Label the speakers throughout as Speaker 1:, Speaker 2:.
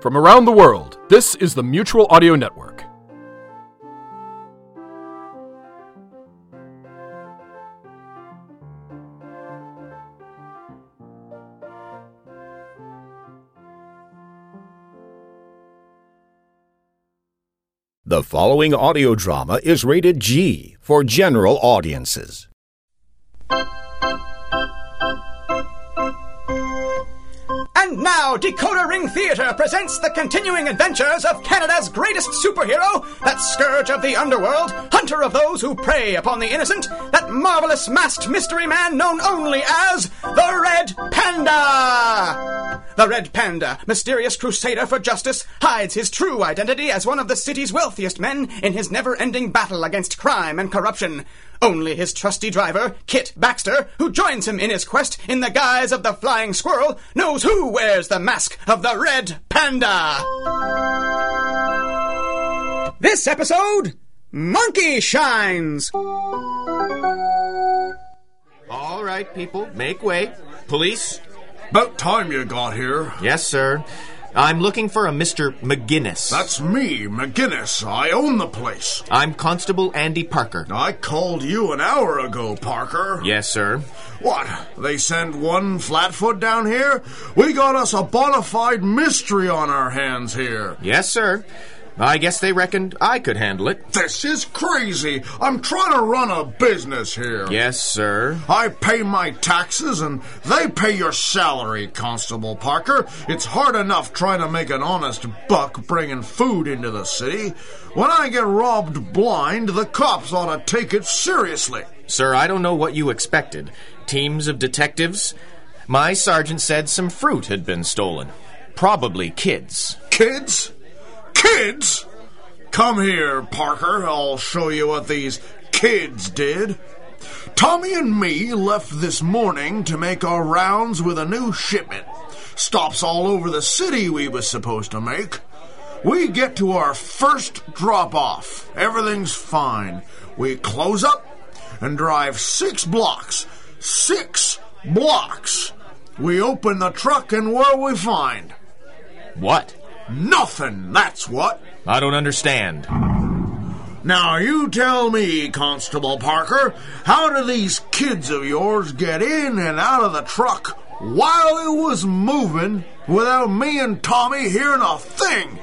Speaker 1: From around the world, this is the Mutual Audio Network.
Speaker 2: The following audio drama is rated G for general audiences.
Speaker 3: And now, Dakota Ring Theater presents the continuing adventures of Canada's greatest superhero, that scourge of the underworld, hunter of those who prey upon the innocent, that marvelous masked mystery man known only as the Red Panda! The Red Panda, mysterious crusader for justice, hides his true identity as one of the city's wealthiest men in his never ending battle against crime and corruption. Only his trusty driver, Kit Baxter, who joins him in his quest in the guise of the flying squirrel, knows who wears the mask of the Red Panda. This episode Monkey Shines.
Speaker 4: All right, people, make way. Police?
Speaker 5: About time you got here.
Speaker 4: Yes, sir. I'm looking for a Mr. McGinnis.
Speaker 5: That's me, McGinnis. I own the place.
Speaker 4: I'm Constable Andy Parker.
Speaker 5: I called you an hour ago, Parker.
Speaker 4: Yes, sir.
Speaker 5: What? They sent one flatfoot down here? We got us a bona fide mystery on our hands here.
Speaker 4: Yes, sir. I guess they reckoned I could handle it.
Speaker 5: This is crazy. I'm trying to run a business here.
Speaker 4: Yes, sir.
Speaker 5: I pay my taxes and they pay your salary, Constable Parker. It's hard enough trying to make an honest buck bringing food into the city. When I get robbed blind, the cops ought to take it seriously.
Speaker 4: Sir, I don't know what you expected. Teams of detectives? My sergeant said some fruit had been stolen. Probably kids.
Speaker 5: Kids? Kids? Come here, Parker. I'll show you what these kids did. Tommy and me left this morning to make our rounds with a new shipment. Stops all over the city we was supposed to make. We get to our first drop off. Everything's fine. We close up and drive six blocks. Six blocks. We open the truck and what we find?
Speaker 4: What?
Speaker 5: Nothing, that's what.
Speaker 4: I don't understand.
Speaker 5: Now you tell me, Constable Parker, how do these kids of yours get in and out of the truck while it was moving without me and Tommy hearing a thing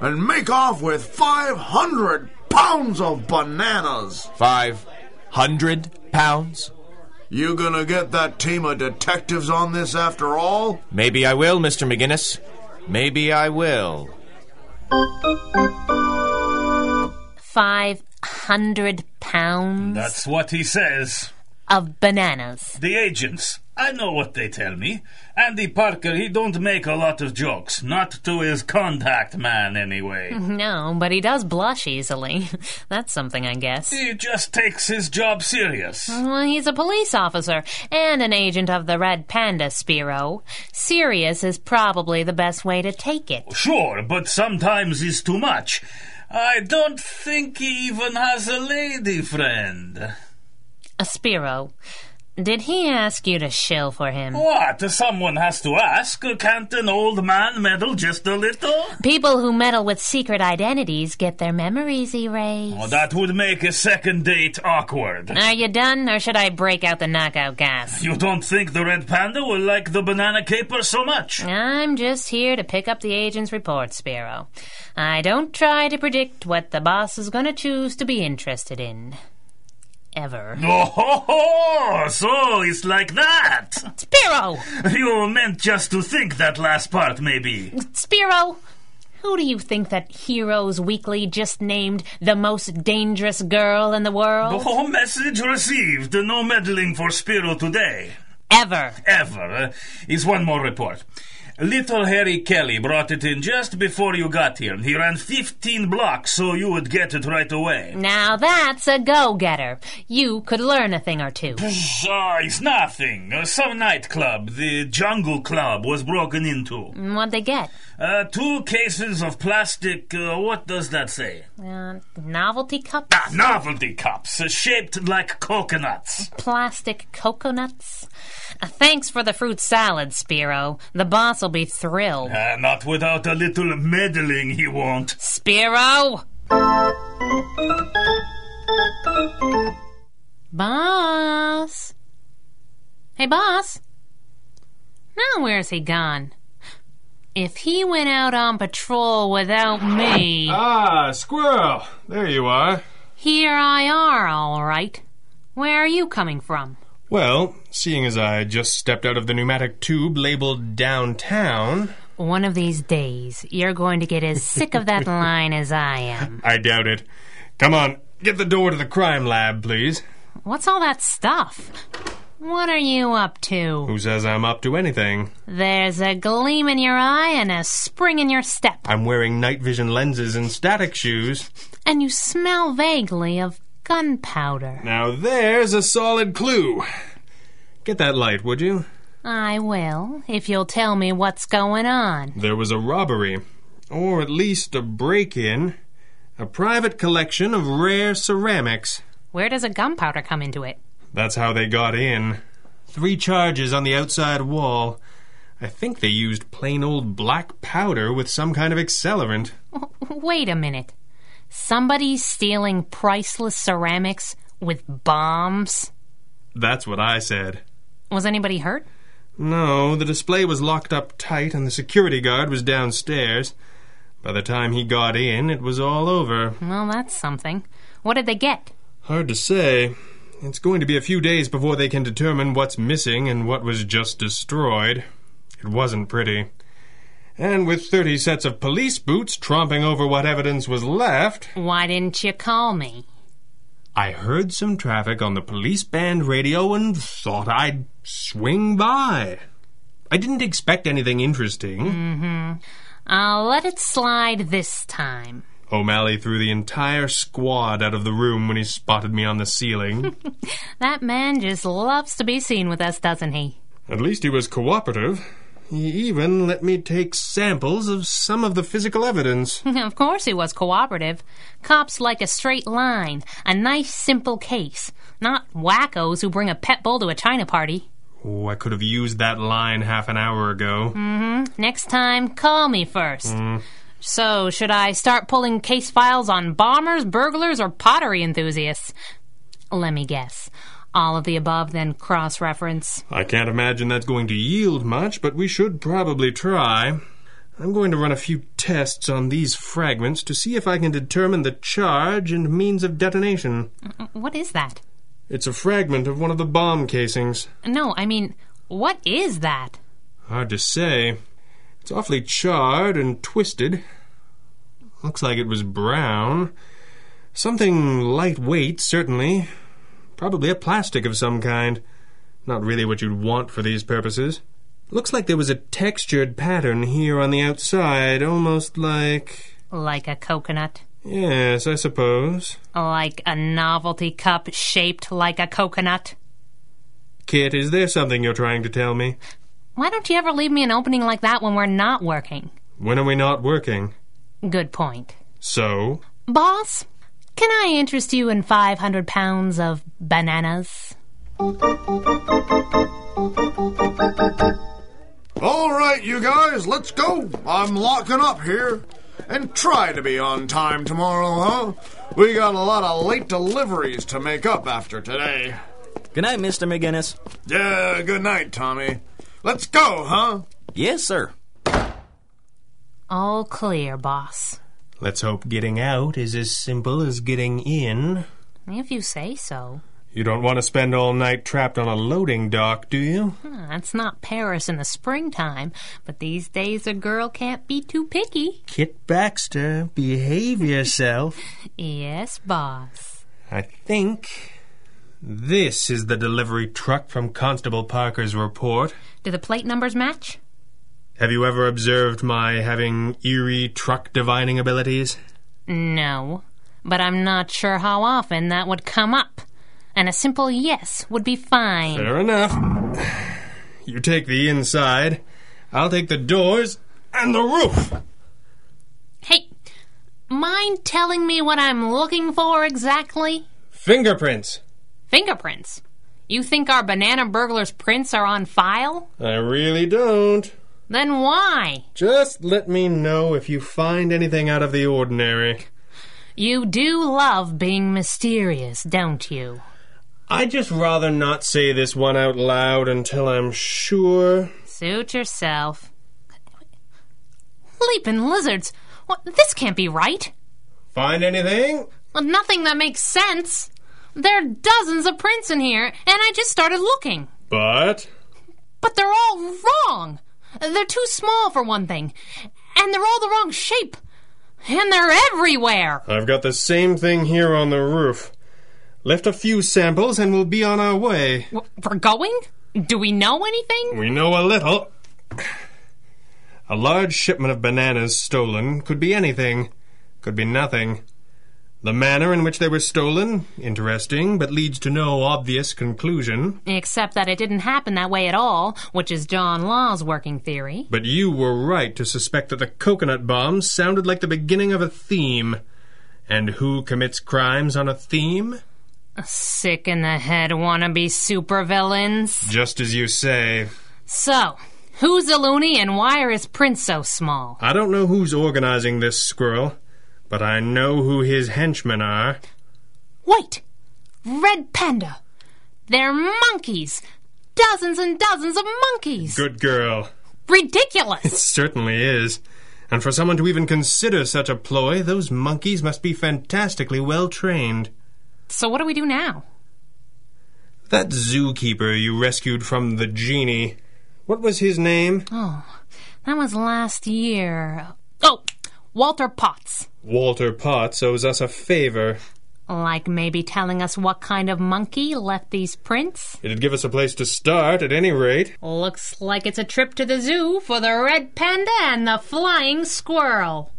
Speaker 5: and make off with 500 pounds of bananas?
Speaker 4: 500 pounds?
Speaker 5: You gonna get that team of detectives on this after all?
Speaker 4: Maybe I will, Mr. McGinnis. Maybe I will.
Speaker 6: Five hundred pounds?
Speaker 7: That's what he says.
Speaker 6: Of bananas.
Speaker 7: The agents. I know what they tell me. Andy Parker, he don't make a lot of jokes. Not to his contact man, anyway.
Speaker 6: No, but he does blush easily. That's something, I guess.
Speaker 7: He just takes his job serious.
Speaker 6: Well, he's a police officer and an agent of the Red Panda, Spiro. Serious is probably the best way to take it.
Speaker 7: Sure, but sometimes it's too much. I don't think he even has a lady friend.
Speaker 6: A Spiro. Did he ask you to shill for him?
Speaker 7: What? Someone has to ask. Can't an old man meddle just a little?
Speaker 6: People who meddle with secret identities get their memories erased.
Speaker 7: Oh, that would make a second date awkward.
Speaker 6: Are you done, or should I break out the knockout gas?
Speaker 7: You don't think the red panda will like the banana caper so much?
Speaker 6: I'm just here to pick up the agent's report, Sparrow. I don't try to predict what the boss is going to choose to be interested in ever.
Speaker 7: Oh, so it's like that.
Speaker 6: Spiro!
Speaker 7: You meant just to think that last part, maybe.
Speaker 6: Spiro! Who do you think that Heroes Weekly just named the most dangerous girl in the world?
Speaker 7: Oh, message received. No meddling for Spiro today.
Speaker 6: Ever.
Speaker 7: Ever. Uh, is one more report. Little Harry Kelly brought it in just before you got here. He ran 15 blocks so you would get it right away.
Speaker 6: Now that's a go getter. You could learn a thing or two.
Speaker 7: Uh, it's nothing. Uh, some nightclub, the Jungle Club, was broken into.
Speaker 6: What'd they get?
Speaker 7: Uh, two cases of plastic. Uh, what does that say?
Speaker 6: Uh, novelty cups?
Speaker 7: Ah, novelty cups, uh, shaped like coconuts.
Speaker 6: Uh, Plastic coconuts? thanks for the fruit salad, Spiro. The boss will be thrilled.
Speaker 7: Uh, not without a little meddling, he won't.
Speaker 6: Spiro! Boss? Hey, boss? Now where's he gone? If he went out on patrol without me,
Speaker 1: Ah, Squirrel! There you are.
Speaker 6: here I are, all right. Where are you coming from?
Speaker 8: Well, seeing as I just stepped out of the pneumatic tube labeled downtown,
Speaker 6: One of these days, you're going to get as sick of that line as I am.
Speaker 8: I doubt it. Come on, get the door to the crime lab, please.
Speaker 6: What's all that stuff? What are you up to?
Speaker 8: Who says I'm up to anything?
Speaker 6: There's a gleam in your eye and a spring in your step,
Speaker 8: I'm wearing night vision lenses and static shoes.
Speaker 6: and you smell vaguely of gunpowder.
Speaker 8: Now there's a solid clue. Get that light, would you?
Speaker 6: I will, if you'll tell me what's going on.
Speaker 8: There was a robbery, or at least a break in, a private collection of rare ceramics.
Speaker 6: Where does a gunpowder come into it?
Speaker 8: That's how they got in. Three charges on the outside wall. I think they used plain old black powder with some kind of accelerant.
Speaker 6: Wait a minute. Somebody's stealing priceless ceramics with bombs?
Speaker 8: That's what I said.
Speaker 6: Was anybody hurt?
Speaker 8: No, the display was locked up tight and the security guard was downstairs. By the time he got in, it was all over.
Speaker 6: Well, that's something. What did they get?
Speaker 8: Hard to say. It's going to be a few days before they can determine what's missing and what was just destroyed. It wasn't pretty. And with 30 sets of police boots tromping over what evidence was left,
Speaker 6: Why didn't you call me?
Speaker 8: I heard some traffic on the police band radio and thought I'd swing by. I didn't expect anything interesting.
Speaker 6: Mm. I'll Mm-hmm. Uh, let it slide this time.
Speaker 8: O'Malley threw the entire squad out of the room when he spotted me on the ceiling.
Speaker 6: That man just loves to be seen with us, doesn't he?
Speaker 8: At least he was cooperative. He even let me take samples of some of the physical evidence.
Speaker 6: of course he was cooperative. Cops like a straight line, a nice, simple case, not wackos who bring a pet bull to a China party.
Speaker 8: oh, I could have used that line half an hour ago.
Speaker 6: Mm-hmm.
Speaker 8: Mm.
Speaker 6: Next time, call me first. So, should I start pulling case files on bombers, burglars, or pottery enthusiasts? Let me guess. All of the above, then cross reference.
Speaker 8: I can't imagine that's going to yield much, but we should probably try. I'm going to run a few tests on these fragments to see if I can determine the charge and means of detonation.
Speaker 6: What is that?
Speaker 8: It's a fragment of one of the bomb casings.
Speaker 6: No, I mean, what is that?
Speaker 8: Hard to say. It's awfully charred and twisted. Looks like it was brown. Something lightweight, certainly. Probably a plastic of some kind. Not really what you'd want for these purposes. Looks like there was a textured pattern here on the outside, almost like.
Speaker 6: Like a coconut.
Speaker 8: Yes, I suppose.
Speaker 6: Like a novelty cup shaped like a coconut.
Speaker 8: Kit, is there something you're trying to tell me?
Speaker 6: Why don't you ever leave me an opening like that when we're not working?
Speaker 8: When are we not working?
Speaker 6: Good point.
Speaker 8: So?
Speaker 6: Boss, can I interest you in 500 pounds of bananas?
Speaker 5: All right, you guys, let's go. I'm locking up here. And try to be on time tomorrow, huh? We got a lot of late deliveries to make up after today.
Speaker 9: Good night, Mr. McGinnis.
Speaker 5: Yeah, good night, Tommy. Let's go, huh?
Speaker 9: Yes, sir.
Speaker 6: All clear, boss.
Speaker 8: Let's hope getting out is as simple as getting in.
Speaker 6: If you say so.
Speaker 8: You don't want to spend all night trapped on a loading dock, do you?
Speaker 6: Hmm, That's not Paris in the springtime, but these days a girl can't be too picky.
Speaker 8: Kit Baxter, behave yourself.
Speaker 6: Yes, boss.
Speaker 8: I think this is the delivery truck from Constable Parker's report.
Speaker 6: Do the plate numbers match?
Speaker 8: Have you ever observed my having eerie truck divining abilities?
Speaker 6: No, but I'm not sure how often that would come up. And a simple yes would be fine.
Speaker 8: Fair enough. You take the inside, I'll take the doors and the roof.
Speaker 6: Hey, mind telling me what I'm looking for exactly?
Speaker 8: Fingerprints.
Speaker 6: Fingerprints. You think our banana burglar's prints are on file?
Speaker 8: I really don't.
Speaker 6: Then why?
Speaker 8: Just let me know if you find anything out of the ordinary.
Speaker 6: You do love being mysterious, don't you?
Speaker 8: I'd just rather not say this one out loud until I'm sure.
Speaker 6: Suit yourself. Leaping lizards! What, this can't be right.
Speaker 8: Find anything?
Speaker 6: Nothing that makes sense. There are dozens of prints in here, and I just started looking.
Speaker 8: But.
Speaker 6: But they're all wrong. They're too small, for one thing, and they're all the wrong shape. And they're everywhere.
Speaker 8: I've got the same thing here on the roof. Left a few samples and we'll be on our way.
Speaker 6: W- We're going? Do we know anything?
Speaker 8: We know a little. A large shipment of bananas stolen could be anything, could be nothing. The manner in which they were stolen, interesting, but leads to no obvious conclusion.
Speaker 6: Except that it didn't happen that way at all, which is John Law's working theory.
Speaker 8: But you were right to suspect that the coconut bomb sounded like the beginning of a theme. And who commits crimes on a theme?
Speaker 6: Sick in the head wannabe supervillains.
Speaker 8: Just as you say.
Speaker 6: So, who's a loony and why are his prints so small?
Speaker 8: I don't know who's organizing this squirrel, but I know who his henchmen are.
Speaker 6: Wait! Red Panda! They're monkeys! Dozens and dozens of monkeys!
Speaker 8: Good girl.
Speaker 6: Ridiculous!
Speaker 8: Certainly is. And for someone to even consider such a ploy, those monkeys must be fantastically well trained.
Speaker 6: so, what do we do now?
Speaker 8: That zookeeper you rescued from the genie. What was his name?
Speaker 6: That was last year. Oh, Walter Potts.
Speaker 8: Walter Potts owes us a favor.
Speaker 6: Like maybe telling us what kind of monkey left these prints?
Speaker 8: It'd give us a place to start, at any rate.
Speaker 6: Looks like it's a trip to the zoo for the red panda and the flying squirrel.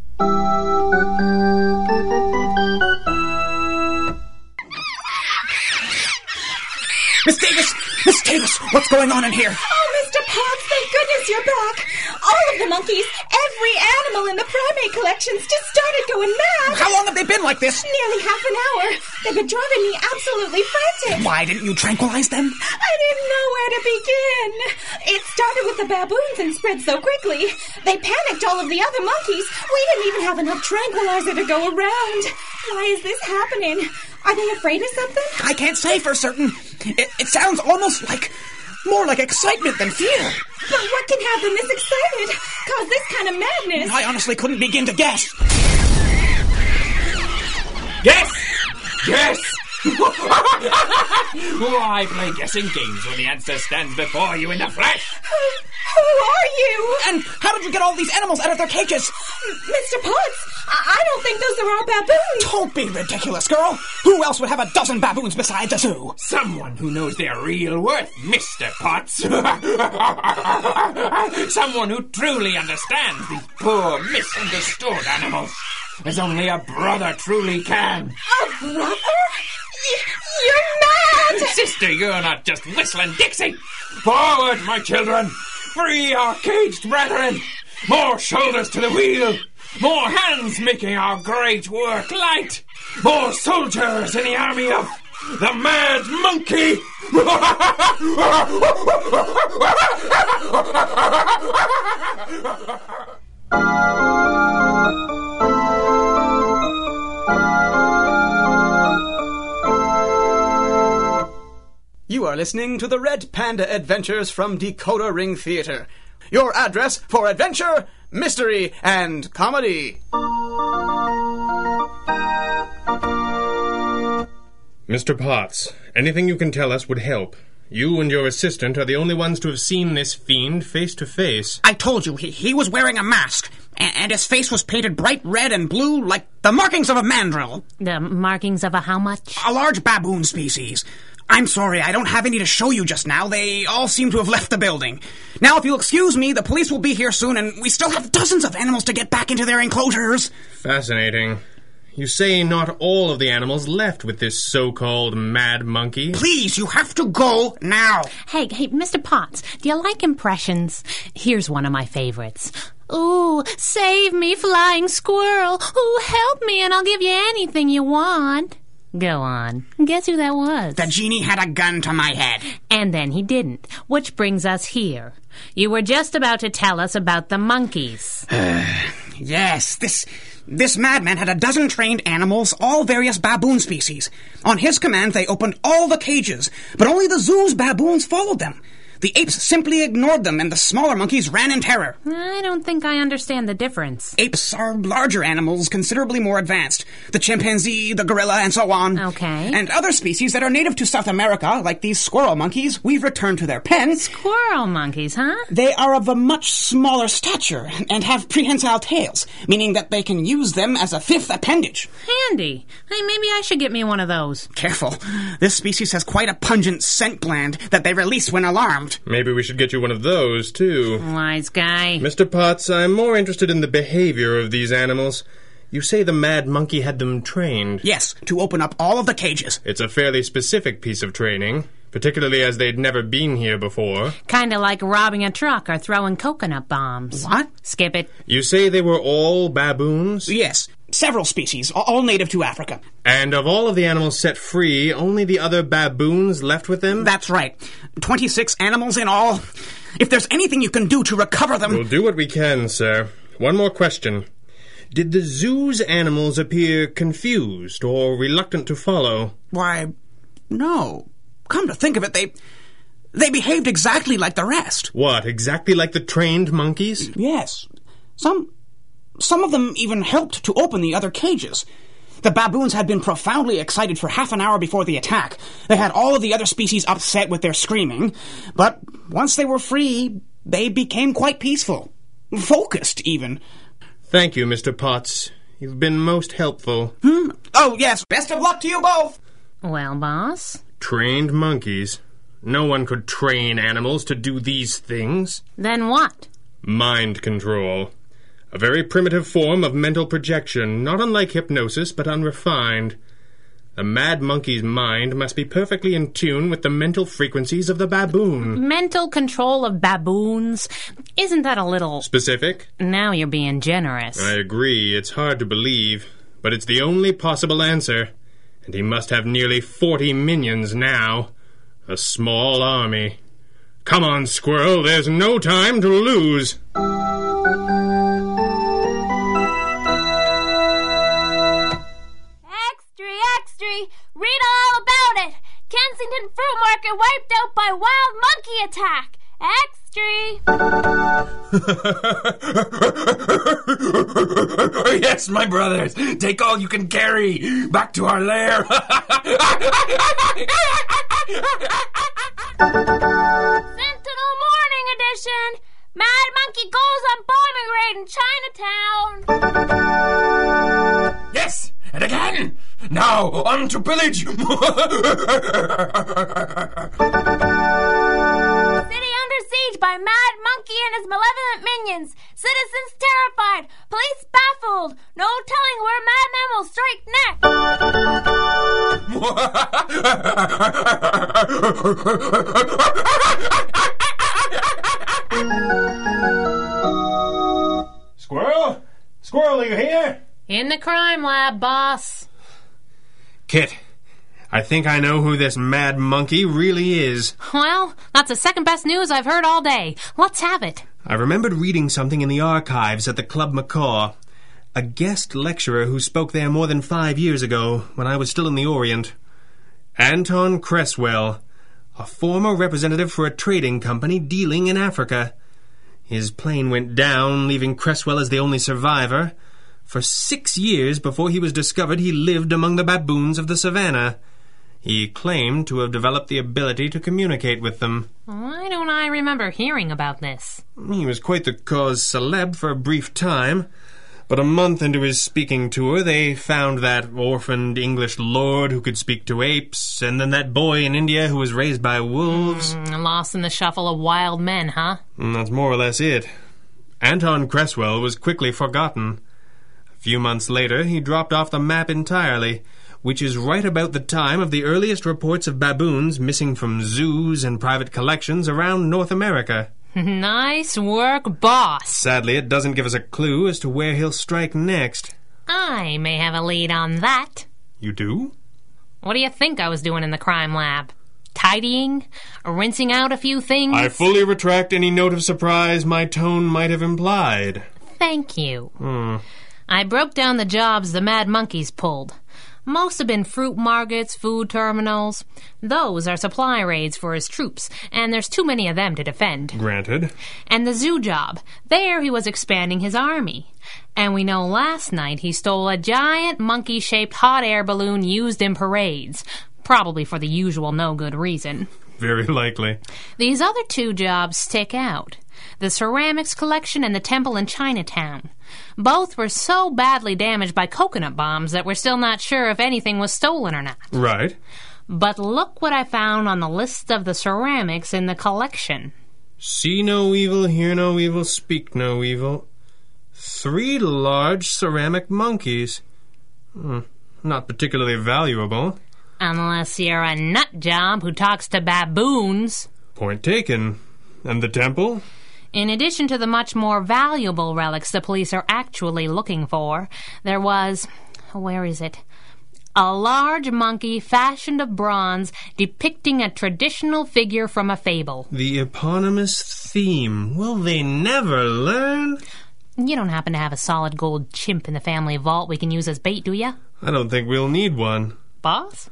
Speaker 3: Miss Davis! Miss Davis! What's going on in here?
Speaker 10: Oh, Mr. Potts, thank goodness you're back. All of the monkeys, every animal in the primate collections just started going mad.
Speaker 3: How long have they been like this?
Speaker 10: Nearly half an hour. They've been driving me absolutely frantic.
Speaker 3: Why didn't you tranquilize them?
Speaker 10: I didn't know where to begin. It started with the baboons and spread so quickly. They panicked all of the other monkeys. We didn't even have enough tranquilizer to go around. Why is this happening? Are they afraid of something?
Speaker 3: I can't say for certain. It, it sounds almost like more like excitement than fear.
Speaker 10: But what can have them this excited? Cause this kind of madness.
Speaker 3: I honestly couldn't begin to guess. Yes! Yes! I play guessing games when the answer stands before you in the flesh.
Speaker 10: Who are you?
Speaker 3: And how did you get all these animals out of their cages?
Speaker 10: Mr. Potts, I, I don't think those are our baboons.
Speaker 3: Don't be ridiculous, girl. Who else would have a dozen baboons besides a zoo?
Speaker 11: Someone who knows their real worth, Mr. Potts. Someone who truly understands these poor, misunderstood animals. As only a brother truly can.
Speaker 10: A Oh, brother? Y- you're mad!
Speaker 11: Sister, you're not just whistling Dixie. Forward, my children. Free our caged brethren. More shoulders to the wheel. More hands making our great work light. More soldiers in the army of the mad monkey.
Speaker 3: You are listening to the Red Panda Adventures from Dakota Ring Theater. Your address for adventure, mystery, and comedy.
Speaker 8: Mr. Potts, anything you can tell us would help. You and your assistant are the only ones to have seen this fiend face to face.
Speaker 3: I told you he, he was wearing a mask, and, and his face was painted bright red and blue like the markings of a mandrill,
Speaker 6: The markings of a how much?
Speaker 3: a large baboon species. I'm sorry, I don't have any to show you just now. They all seem to have left the building. Now, if you'll excuse me, the police will be here soon, and we still have dozens of animals to get back into their enclosures.
Speaker 8: Fascinating. You say not all of the animals left with this so called mad monkey.
Speaker 3: Please, you have to go now.
Speaker 6: Hey, hey, Mr. Potts, do you like impressions? Here's one of my favorites. Ooh, save me, flying squirrel. Ooh, help me, and I'll give you anything you want. Go on. Guess who that was? The
Speaker 12: genie had a gun to my head.
Speaker 6: And then he didn't, which brings us here. You were just about to tell us about the monkeys.
Speaker 12: Yes, this this madman had a dozen trained animals, all various baboon species. On his command, they opened all the cages, but only the zoo's baboons followed them. The apes simply ignored them, and the smaller monkeys ran in terror.
Speaker 6: I don't think I understand the difference.
Speaker 12: Apes are larger animals, considerably more advanced. The chimpanzee, the gorilla, and so on.
Speaker 6: Okay.
Speaker 12: And other species that are native to South America, like these squirrel monkeys, we've returned to their pens.
Speaker 6: Squirrel monkeys, huh?
Speaker 12: They are of a much smaller stature and have prehensile tails, meaning that they can use them as a fifth appendage.
Speaker 6: Handy. Hey, maybe I should get me one of those.
Speaker 12: Careful. This species has quite a pungent scent gland that they release when alarmed.
Speaker 8: Maybe we should get you one of those, too.
Speaker 6: Wise guy.
Speaker 8: Mr. Potts, I'm more interested in the behavior of these animals. You say the mad monkey had them trained.
Speaker 12: Yes, to open up all of the cages.
Speaker 8: It's a fairly specific piece of training, particularly as they'd never been here before.
Speaker 6: Kinda like robbing a truck or throwing coconut bombs.
Speaker 12: What?
Speaker 6: Skip it.
Speaker 8: You say they were all baboons?
Speaker 12: Yes, several species, a- all native to Africa.
Speaker 8: And of all of the animals set free, only the other baboons left with them?
Speaker 12: That's right. 26 animals in all. If there's anything you can do to recover them.
Speaker 8: We'll do what we can, sir. One more question. Did the zoo's animals appear confused or reluctant to follow?
Speaker 12: Why, no. Come to think of it, they. They behaved exactly like the rest.
Speaker 8: What, exactly like the trained monkeys?
Speaker 12: Yes. Some. Some of them even helped to open the other cages. The baboons had been profoundly excited for half an hour before the attack. They had all of the other species upset with their screaming, but once they were free, they became quite peaceful. Focused, even.
Speaker 8: Thank you, Mr. Potts. You've been most helpful.
Speaker 12: Hmm? Oh, yes. Best of luck to you both.
Speaker 6: Well, boss,
Speaker 8: Trained monkeys? No one could train animals to do these things.
Speaker 6: then what?
Speaker 8: Mind control. A very primitive form of mental projection, not unlike hypnosis, but unrefined. The mad monkey's mind must be perfectly in tune with the mental frequencies of the baboon.
Speaker 6: Mental control of baboons? Isn't that a little.
Speaker 8: Specific?
Speaker 6: Now you're being generous.
Speaker 8: I agree, it's hard to believe, but it's the only possible answer. And he must have nearly forty minions now. A small army. Come on, Squirrel, there's no time to lose.
Speaker 13: Extra, extra! Read all about it! Kensington Fruit Market wiped out by wild monkey attack! Extra!
Speaker 11: yes, my brothers, take all you can carry. Back to our lair.
Speaker 13: Sentinel Morning Edition! Mad Monkey goes on bombing raid in Chinatown!
Speaker 11: yes, and again. Now on to pillage.
Speaker 13: City under siege by Mad Monkey and his malevolent minions. Citizens terrified. Police baffled. No telling where Madman will strike next.
Speaker 1: Squirrel? Squirrel, are you here?
Speaker 6: In the crime lab, boss.
Speaker 8: Kit, I think I know who this mad monkey really is.
Speaker 6: Well, that's the second best news I've heard all day. Let's have it.
Speaker 8: I remembered reading something in the archives at the Club Macaw. A guest lecturer who spoke there more than five years ago, when I was still in the Orient. Anton Cresswell, a former representative for a trading company dealing in Africa. His plane went down, leaving Cresswell as the only survivor. For six years before he was discovered, he lived among the baboons of the savannah. He claimed to have developed the ability to communicate with them.
Speaker 6: Why don't I remember hearing about this?
Speaker 8: He was quite the cause celeb for a brief time, but a month into his speaking tour, they found that orphaned English lord who could speak to apes, and then that boy in India who was raised by wolves.
Speaker 6: Mm, Lost in the shuffle of wild men, huh?
Speaker 8: And that's more or less it. Anton Cresswell was quickly forgotten. A few months later, he dropped off the map entirely, which is right about the time of the earliest reports of baboons missing from zoos and private collections around North America.
Speaker 6: nice work, boss.
Speaker 8: Sadly, it doesn't give us a clue as to where he'll strike next.
Speaker 6: I may have a lead on that.
Speaker 8: You do?
Speaker 6: What do you think I was doing in the crime lab? Tidying? Rinsing out a few things?
Speaker 8: I fully retract any note of surprise my tone might have implied.
Speaker 6: Thank you.
Speaker 8: Hmm.
Speaker 6: I broke down the jobs the mad monkeys pulled. Most have been fruit markets, food terminals. Those are supply raids for his troops, and there's too many of them to defend.
Speaker 8: Granted.
Speaker 6: And the zoo job. There he was expanding his army. And we know last night he stole a giant monkey shaped hot air balloon used in parades, probably for the usual no good reason.
Speaker 8: Very likely.
Speaker 6: These other two jobs stick out the ceramics collection and the temple in Chinatown. Both were so badly damaged by coconut bombs that we're still not sure if anything was stolen or not.
Speaker 8: Right.
Speaker 6: But look what I found on the list of the ceramics in the collection.
Speaker 8: See no evil, hear no evil, speak no evil. Three large ceramic monkeys. Hmm, Not particularly valuable.
Speaker 6: Unless you're a nut job who talks to baboons.
Speaker 8: Point taken. And the temple?
Speaker 6: In addition to the much more valuable relics the police are actually looking for, there was. where is it? A large monkey fashioned of bronze depicting a traditional figure from a fable.
Speaker 8: The eponymous theme. Will they never learn?
Speaker 6: You don't happen to have a solid gold chimp in the family vault we can use as bait, do ya?
Speaker 8: I don't think we'll need one.
Speaker 6: Boss?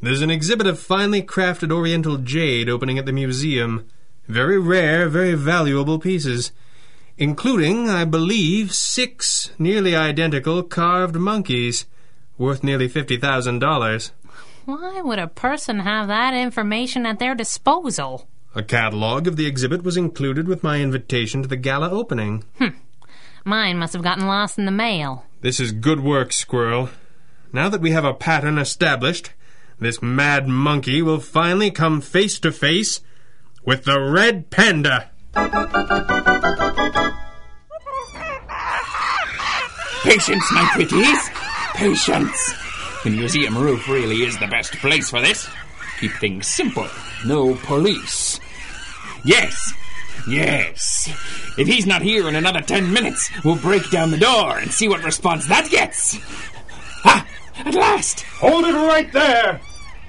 Speaker 8: There's an exhibit of finely crafted oriental jade opening at the museum. Very rare, very valuable pieces, including, I believe, six nearly identical carved monkeys, worth nearly $50,000.
Speaker 6: Why would a person have that information at their disposal?
Speaker 8: A catalogue of the exhibit was included with my invitation to the gala opening.
Speaker 6: Mine must have gotten lost in the mail.
Speaker 8: This is good work, Squirrel. Now that we have a pattern established, this mad monkey will finally come face to face with the red panda.
Speaker 11: Patience, my pretties. Patience. The museum roof really is the best place for this. Keep things simple. No police. Yes. Yes. If he's not here in another ten minutes, we'll break down the door and see what response that gets. Ah, at last. Hold it right there.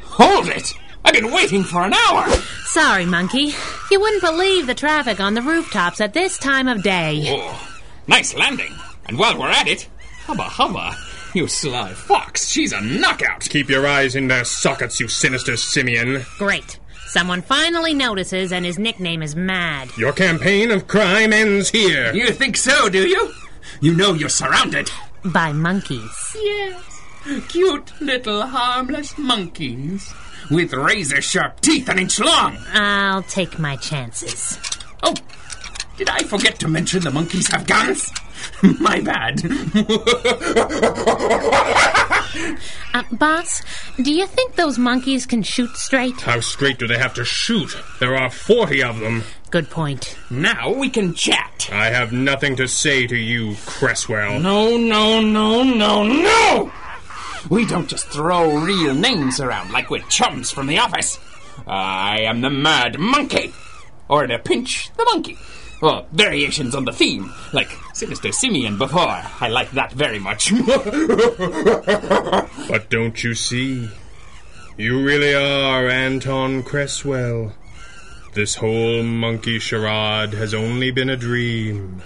Speaker 11: Hold it? I've been waiting for an hour.
Speaker 6: Sorry, monkey. You wouldn't believe the traffic on the rooftops at this time of day.
Speaker 11: Oh, nice landing. And while we're at it, hubba hubba. You sly fox, she's a knockout.
Speaker 8: Keep your eyes in their sockets, you sinister simian.
Speaker 6: Great. Someone finally notices, and his nickname is Mad.
Speaker 8: Your campaign of crime ends here.
Speaker 11: You think so, do you? You know you're surrounded.
Speaker 6: By monkeys.
Speaker 11: Yes. Cute little harmless monkeys. With razor sharp teeth an inch long.
Speaker 6: I'll take my chances.
Speaker 11: Oh, did I forget to mention the monkeys have guns? My bad.
Speaker 6: Uh, boss, do you think those monkeys can shoot straight?
Speaker 8: How straight do they have to shoot? There are 40 of them.
Speaker 6: Good point.
Speaker 11: Now we can chat.
Speaker 8: I have nothing to say to you, Cresswell.
Speaker 11: No, no, no, no, no! We don't just throw real names around like we're chums from the office. I am the Mad Monkey. Or in a pinch, the Monkey. Or variations on the theme, like Sinister Simeon before. I like that very much.
Speaker 8: But don't you see? You really are Anton Cresswell. This whole monkey charade has only been a dream.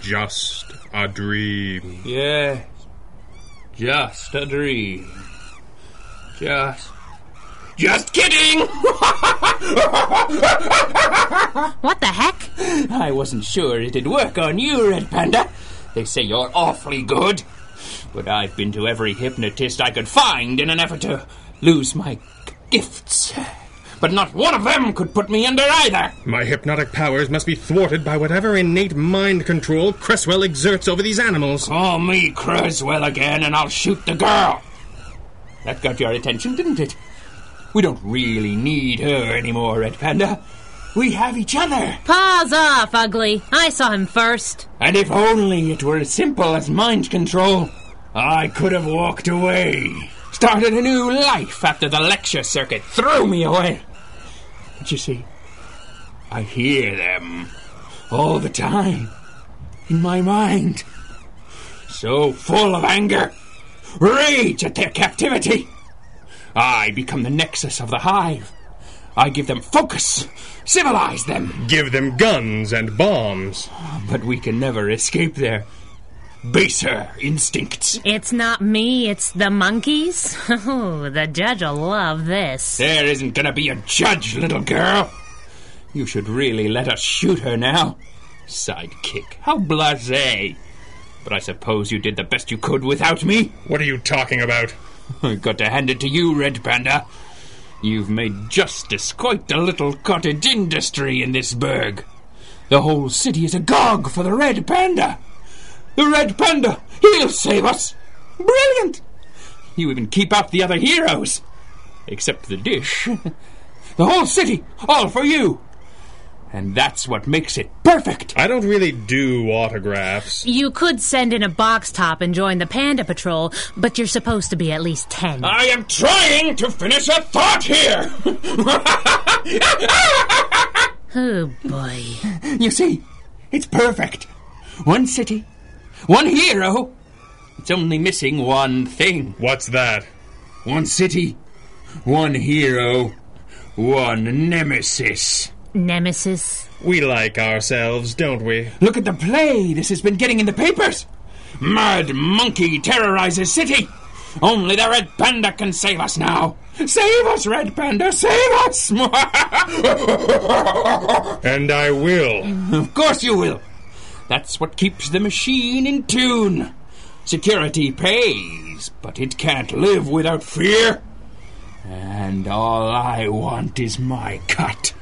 Speaker 8: Just a dream.
Speaker 11: Yeah. Just a dream. Just. Just kidding!
Speaker 6: What the heck?
Speaker 11: I wasn't sure it'd work on you, Red Panda. They say you're awfully good. But I've been to every hypnotist I could find in an effort to lose my gifts. But not one of them could put me under either.
Speaker 8: My hypnotic powers must be thwarted by whatever innate mind control Cresswell exerts over these animals.
Speaker 11: Call me Cresswell again, and I'll shoot the girl. That got your attention, didn't it? We don't really need her anymore, Red Panda. We have each other.
Speaker 6: Paws off, ugly. I saw him first.
Speaker 11: And if only it were as simple as mind control, I could have walked away. Started a new life after the lecture circuit threw me away. But you see, I hear them all the time in my mind. So full of anger, rage at their captivity, I become the nexus of the hive. I give them focus, civilize them.
Speaker 8: Give them guns and bombs.
Speaker 11: But we can never escape their baser instincts.
Speaker 6: It's not me, it's the monkeys. Oh, the judge'll love this.
Speaker 11: There isn't gonna be a judge, little girl. You should really let us shoot her now. Sidekick, how blase. But I suppose you did the best you could without me. What are you talking about? I've got to hand it to you, Red Panda. You've made justice quite the little cottage industry in this burg. The whole city is agog for the Red Panda. The Red Panda, he'll save us. Brilliant! You even keep out the other heroes. Except the dish. the whole city, all for you. And that's what makes it perfect.
Speaker 8: I don't really do autographs.
Speaker 6: You could send in a box top and join the Panda Patrol, but you're supposed to be at least 10.
Speaker 11: I am trying to finish a thought here!
Speaker 6: Oh, boy.
Speaker 11: You see, it's perfect. One city, one hero. It's only missing one thing. What's that? One city, one hero, one nemesis.
Speaker 6: Nemesis.
Speaker 8: We like ourselves, don't we?
Speaker 11: Look at the play this has been getting in the papers. Mad monkey terrorizes city. Only the red panda can save us now. Save us, red panda, save us!
Speaker 8: And I will.
Speaker 11: Of course you will. That's what keeps the machine in tune. Security pays, but it can't live without fear. And all I want is my cut.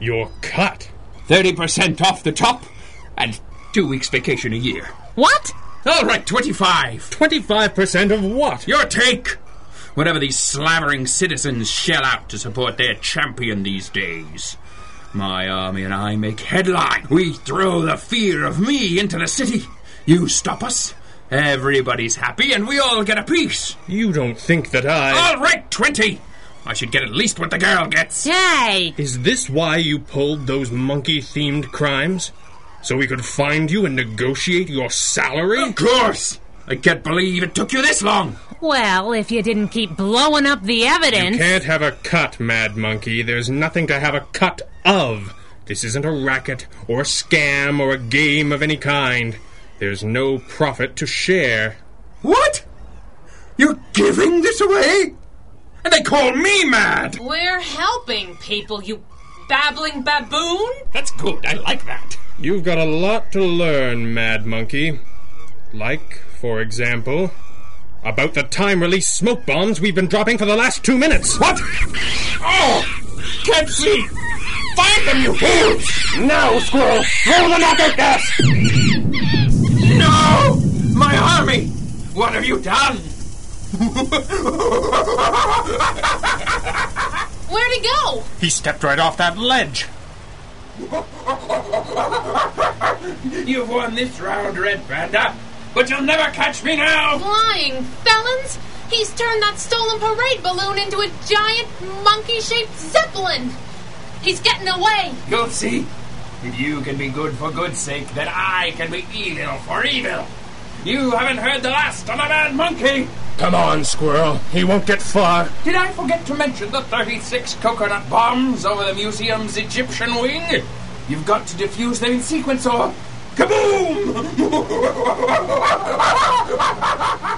Speaker 11: Your cut? 30% off the top and two weeks vacation a year.
Speaker 6: What?
Speaker 11: All right, 25. 25% of what? Your take. Whatever these slavering citizens shell out to support their champion these days. My army and I make headline. We throw the fear of me into the city. You stop us. Everybody's happy and we all get a piece.
Speaker 8: You don't think that I.
Speaker 11: All right, 20. I should get at least what the girl gets.
Speaker 6: Yay!
Speaker 8: Is this why you pulled those monkey themed crimes? So we could find you and negotiate your salary? Of
Speaker 11: course! I can't believe it took you this long!
Speaker 6: Well, if you didn't keep blowing up the evidence.
Speaker 8: You can't have a cut, Mad Monkey. There's nothing to have a cut of. This isn't a racket or a scam or a game of any kind. There's no profit to share.
Speaker 11: What? You're giving this away? And they call me mad!
Speaker 14: We're helping people, you babbling baboon!
Speaker 11: That's good. I like that.
Speaker 8: You've got a lot to learn, Mad Monkey. Like, for example, about the time release smoke bombs we've been dropping for the last two minutes.
Speaker 11: What? Oh! Can't see! Find them, you fools! Now, squirrel! Throw them out their desk! No! My army! What have you done?
Speaker 14: Where'd he go?
Speaker 4: He stepped right off that ledge.
Speaker 11: You've won this round, Red Panda, but you'll never catch me now!
Speaker 14: Flying felons! He's turned that stolen parade balloon into a giant monkey shaped zeppelin! He's getting away!
Speaker 11: You'll see. If you can be good for good's sake, then I can be evil for evil. You haven't heard the last of the man monkey!
Speaker 5: Come on, Squirrel. He won't get far.
Speaker 11: Did I forget to mention the 36 coconut bombs over the museum's Egyptian wing? You've got to defuse them in sequence or. Kaboom!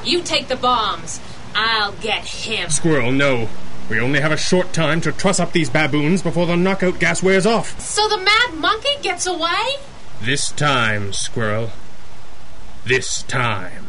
Speaker 14: You take the bombs. I'll get him.
Speaker 8: Squirrel, no. We only have a short time to truss up these baboons before the knockout gas wears off.
Speaker 14: So the mad monkey gets away?
Speaker 8: This time, Squirrel. This time.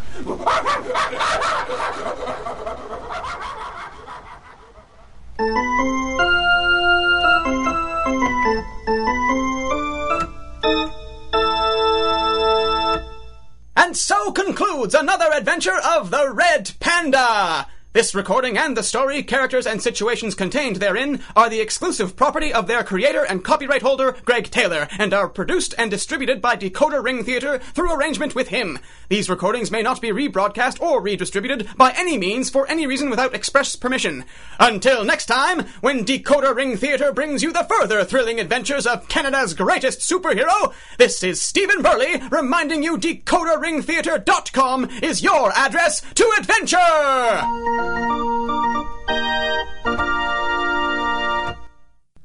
Speaker 3: And so concludes another adventure of the Red Panda! This recording and the story, characters, and situations contained therein are the exclusive property of their creator and copyright holder, Greg Taylor, and are produced and distributed by Decoder Ring Theater through arrangement with him. These recordings may not be rebroadcast or redistributed by any means for any reason without express permission. Until next time, when Decoder Ring Theater brings you the further thrilling adventures of Canada's greatest superhero, this is Stephen Burley reminding you DecoderRingTheater.com is your address to adventure!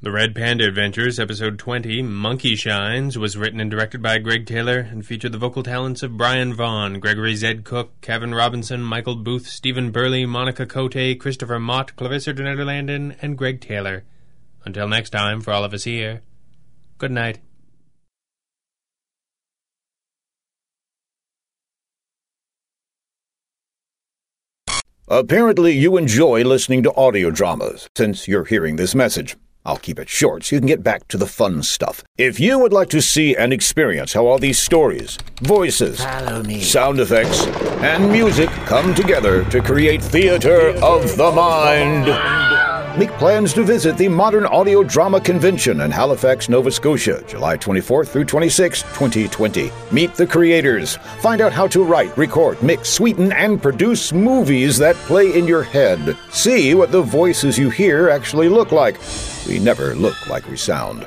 Speaker 8: The Red Panda Adventures, Episode 20, Monkey Shines, was written and directed by Greg Taylor and featured the vocal talents of Brian Vaughn, Gregory Zed Cook, Kevin Robinson, Michael Booth, Stephen Burley, Monica Cote, Christopher Mott, Clarissa de Nederlanden, and Greg Taylor. Until next time, for all of us here, good night.
Speaker 2: Apparently, you enjoy listening to audio dramas since you're hearing this message. I'll keep it short so you can get back to the fun stuff. If you would like to see and experience how all these stories, voices, sound effects, and music come together to create theater, of the mind, make plans to visit the Modern Audio Drama Convention in Halifax, Nova Scotia, July 24th through 26, 2020. Meet the creators. Find out how to write, record, mix, sweeten, and produce movies that play in your head. See what the voices you hear actually look like. We never look like we sound.